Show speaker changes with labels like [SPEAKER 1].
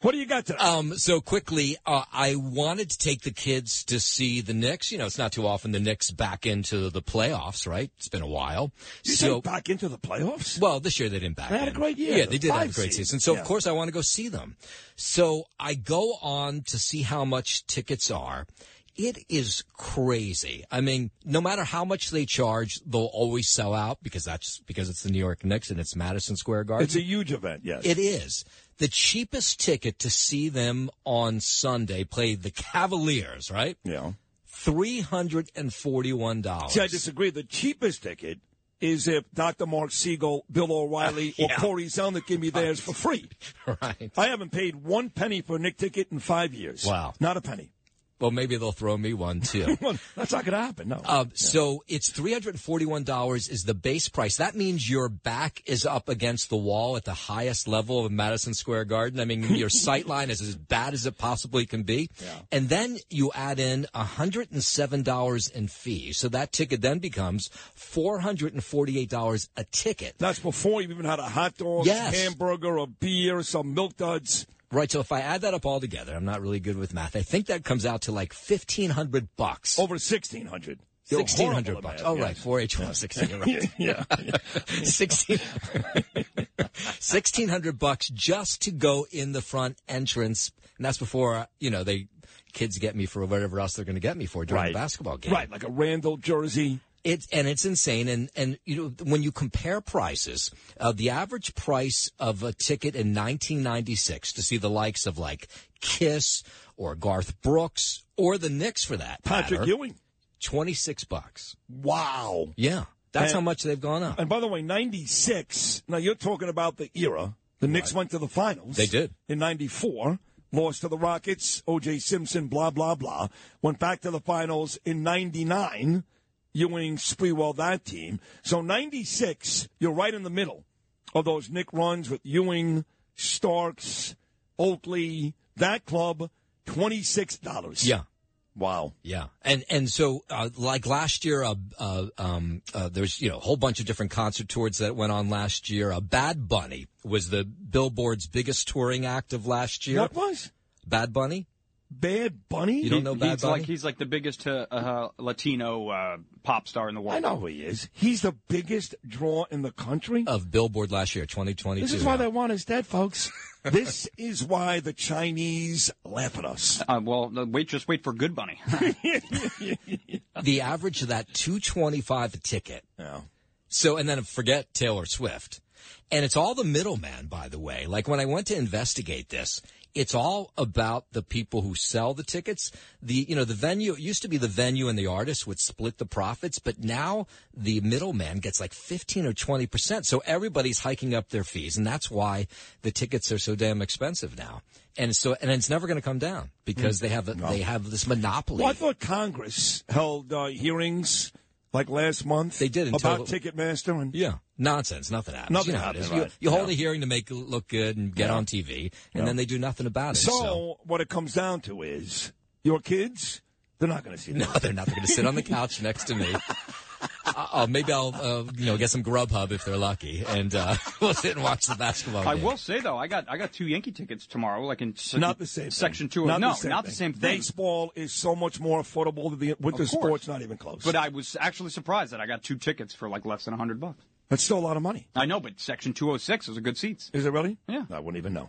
[SPEAKER 1] What do you got today?
[SPEAKER 2] Um, so quickly, uh, I wanted to take the kids to see the Knicks. You know, it's not too often the Knicks back into the playoffs, right? It's been a while.
[SPEAKER 1] You
[SPEAKER 2] so,
[SPEAKER 1] said back into the playoffs?
[SPEAKER 2] well, this year they didn't back.
[SPEAKER 1] They had a
[SPEAKER 2] in.
[SPEAKER 1] great year.
[SPEAKER 2] Yeah, they did have a
[SPEAKER 1] Five
[SPEAKER 2] great
[SPEAKER 1] seed.
[SPEAKER 2] season. So
[SPEAKER 1] Yeah.
[SPEAKER 2] of course I want to go see them. So I go on to see how much tickets are. It is crazy. I mean, no matter how much they charge, they'll always sell out because that's because it's the New York Knicks and it's Madison Square Garden.
[SPEAKER 1] It's a huge event, yes.
[SPEAKER 2] It is. The cheapest ticket to see them on Sunday play the Cavaliers, right?
[SPEAKER 1] yeah.
[SPEAKER 2] $341.
[SPEAKER 1] See, I disagree. The cheapest ticket is if Dr. Mark Siegel, Bill O'Reilly, or Corey Zelnick give me theirs for free.
[SPEAKER 2] right.
[SPEAKER 1] I haven't paid one penny for a Nick ticket in five years.
[SPEAKER 2] Wow.
[SPEAKER 1] Not a penny.
[SPEAKER 2] Well, maybe they'll throw me one too.
[SPEAKER 1] Well, that's not going to happen, no.
[SPEAKER 2] Um, So it's three hundred and forty-one dollars is the base price. That means your back is up against the wall at the highest level of Madison Square Garden. I mean, your sight line is as bad as it possibly can be. And then you add in hundred and seven dollars in fees. So that ticket then becomes four hundred and forty-eight dollars a ticket.
[SPEAKER 1] that's before you even had a hot dog,
[SPEAKER 2] Yes.
[SPEAKER 1] hamburger, a beer, some milk duds.
[SPEAKER 2] Right. So if I add that up all together, I'm not really good with math. I think that comes out to like fifteen hundred bucks.
[SPEAKER 1] Over 1600 Oh, You're
[SPEAKER 2] Sixteen hundred
[SPEAKER 1] horrible at
[SPEAKER 2] bucks.
[SPEAKER 1] math,
[SPEAKER 2] Oh,
[SPEAKER 1] yes.
[SPEAKER 2] right. Four H one sixteen. You're Right.
[SPEAKER 1] yeah.
[SPEAKER 2] 16 1600 bucks just to go in the front entrance and that's before uh, you know they kids get me for whatever else they're going to get me for during
[SPEAKER 1] Right.
[SPEAKER 2] the basketball game
[SPEAKER 1] Right, like a Randall jersey.
[SPEAKER 2] it's and it's insane and and you know when you compare prices uh, the average price of a ticket in 1996 to see the likes of like kiss or garth brooks or the knicks for that
[SPEAKER 1] Patrick
[SPEAKER 2] matter,
[SPEAKER 1] Ewing.
[SPEAKER 2] 26 bucks
[SPEAKER 1] Wow.
[SPEAKER 2] yeah that's
[SPEAKER 1] And-
[SPEAKER 2] how much they've gone up
[SPEAKER 1] And by the way, 96. Now you're talking about the era. The Knicks went to the finals.
[SPEAKER 2] They did.
[SPEAKER 1] In 94. Lost to the Rockets. O.J. Simpson, blah, blah, blah. Went back to the finals in 99. Ewing, Spreewell, that team. So 96, you're right in the middle of those Nick runs with Ewing, Starks, Oakley, that club. $26.
[SPEAKER 2] yeah
[SPEAKER 1] Wow.
[SPEAKER 2] Yeah, and and so uh, like last year, uh, uh, um, uh, there's you know a whole bunch of different concert tours that went on last year. Uh, Bad Bunny was the Billboard's biggest touring act of last year.
[SPEAKER 1] What was?
[SPEAKER 2] Bad Bunny,
[SPEAKER 1] Bad Bunny?
[SPEAKER 2] you don't know Bad
[SPEAKER 3] he's
[SPEAKER 2] Bunny?
[SPEAKER 3] like he's like the biggest uh, uh, Latino uh, pop star in the world.
[SPEAKER 1] I know who he is. He's the biggest draw in the country.
[SPEAKER 2] of Billboard last year, 2022.
[SPEAKER 1] This is why they want us dead, folks. this is why the Chinese laugh at us.
[SPEAKER 3] Uh, well, uh, wait, just wait for Good Bunny.
[SPEAKER 2] the average of that 225 a ticket.
[SPEAKER 1] Yeah.
[SPEAKER 2] So, and then forget Taylor Swift. And it's all the middleman, by the way. Like when I went to investigate this, it's all about the people who sell the tickets. The, you know, the venue, it used to be the venue and the artist would split the profits, but now the middleman gets like 15 or 20%. So everybody's hiking up their fees. And that's why the tickets are so damn expensive now. And so, and it's never going to come down because they have, a, they have this monopoly.
[SPEAKER 1] Hmm. Well, I thought Congress held uh, hearings like last month.
[SPEAKER 2] They did until
[SPEAKER 1] about Ticketmaster and
[SPEAKER 2] Yeah, nonsense. Nothing happens.
[SPEAKER 1] Nothing
[SPEAKER 2] you know how it
[SPEAKER 1] happens,
[SPEAKER 2] is. You-
[SPEAKER 1] right.
[SPEAKER 2] You, hold
[SPEAKER 1] Yeah.
[SPEAKER 2] a hearing to make it look good and get on TV, and then they do nothing about it.
[SPEAKER 1] so,
[SPEAKER 2] So,
[SPEAKER 1] what it comes down to is your kids. They're not going to see that.
[SPEAKER 2] no, they're not going to sit on the couch next to me. Uh, uh, maybe I'll, uh, you know, get some Grubhub if they're lucky, and uh, we'll sit and watch the basketball.
[SPEAKER 3] I
[SPEAKER 2] game.
[SPEAKER 3] will say though, I got I got two Yankee tickets tomorrow. Like in sec-
[SPEAKER 1] Not the same. thing.
[SPEAKER 3] section two. Of, no, not the same thing.
[SPEAKER 1] Baseball is so much more affordable than the winter
[SPEAKER 3] Of course.
[SPEAKER 1] sports. Not even close.
[SPEAKER 3] But I was actually surprised that I got two tickets for like less than hundred bucks.
[SPEAKER 1] that's still a lot of money.
[SPEAKER 3] I know, but section two hundred six is a good seats.
[SPEAKER 1] Is it really?
[SPEAKER 3] Yeah.
[SPEAKER 1] I wouldn't even know.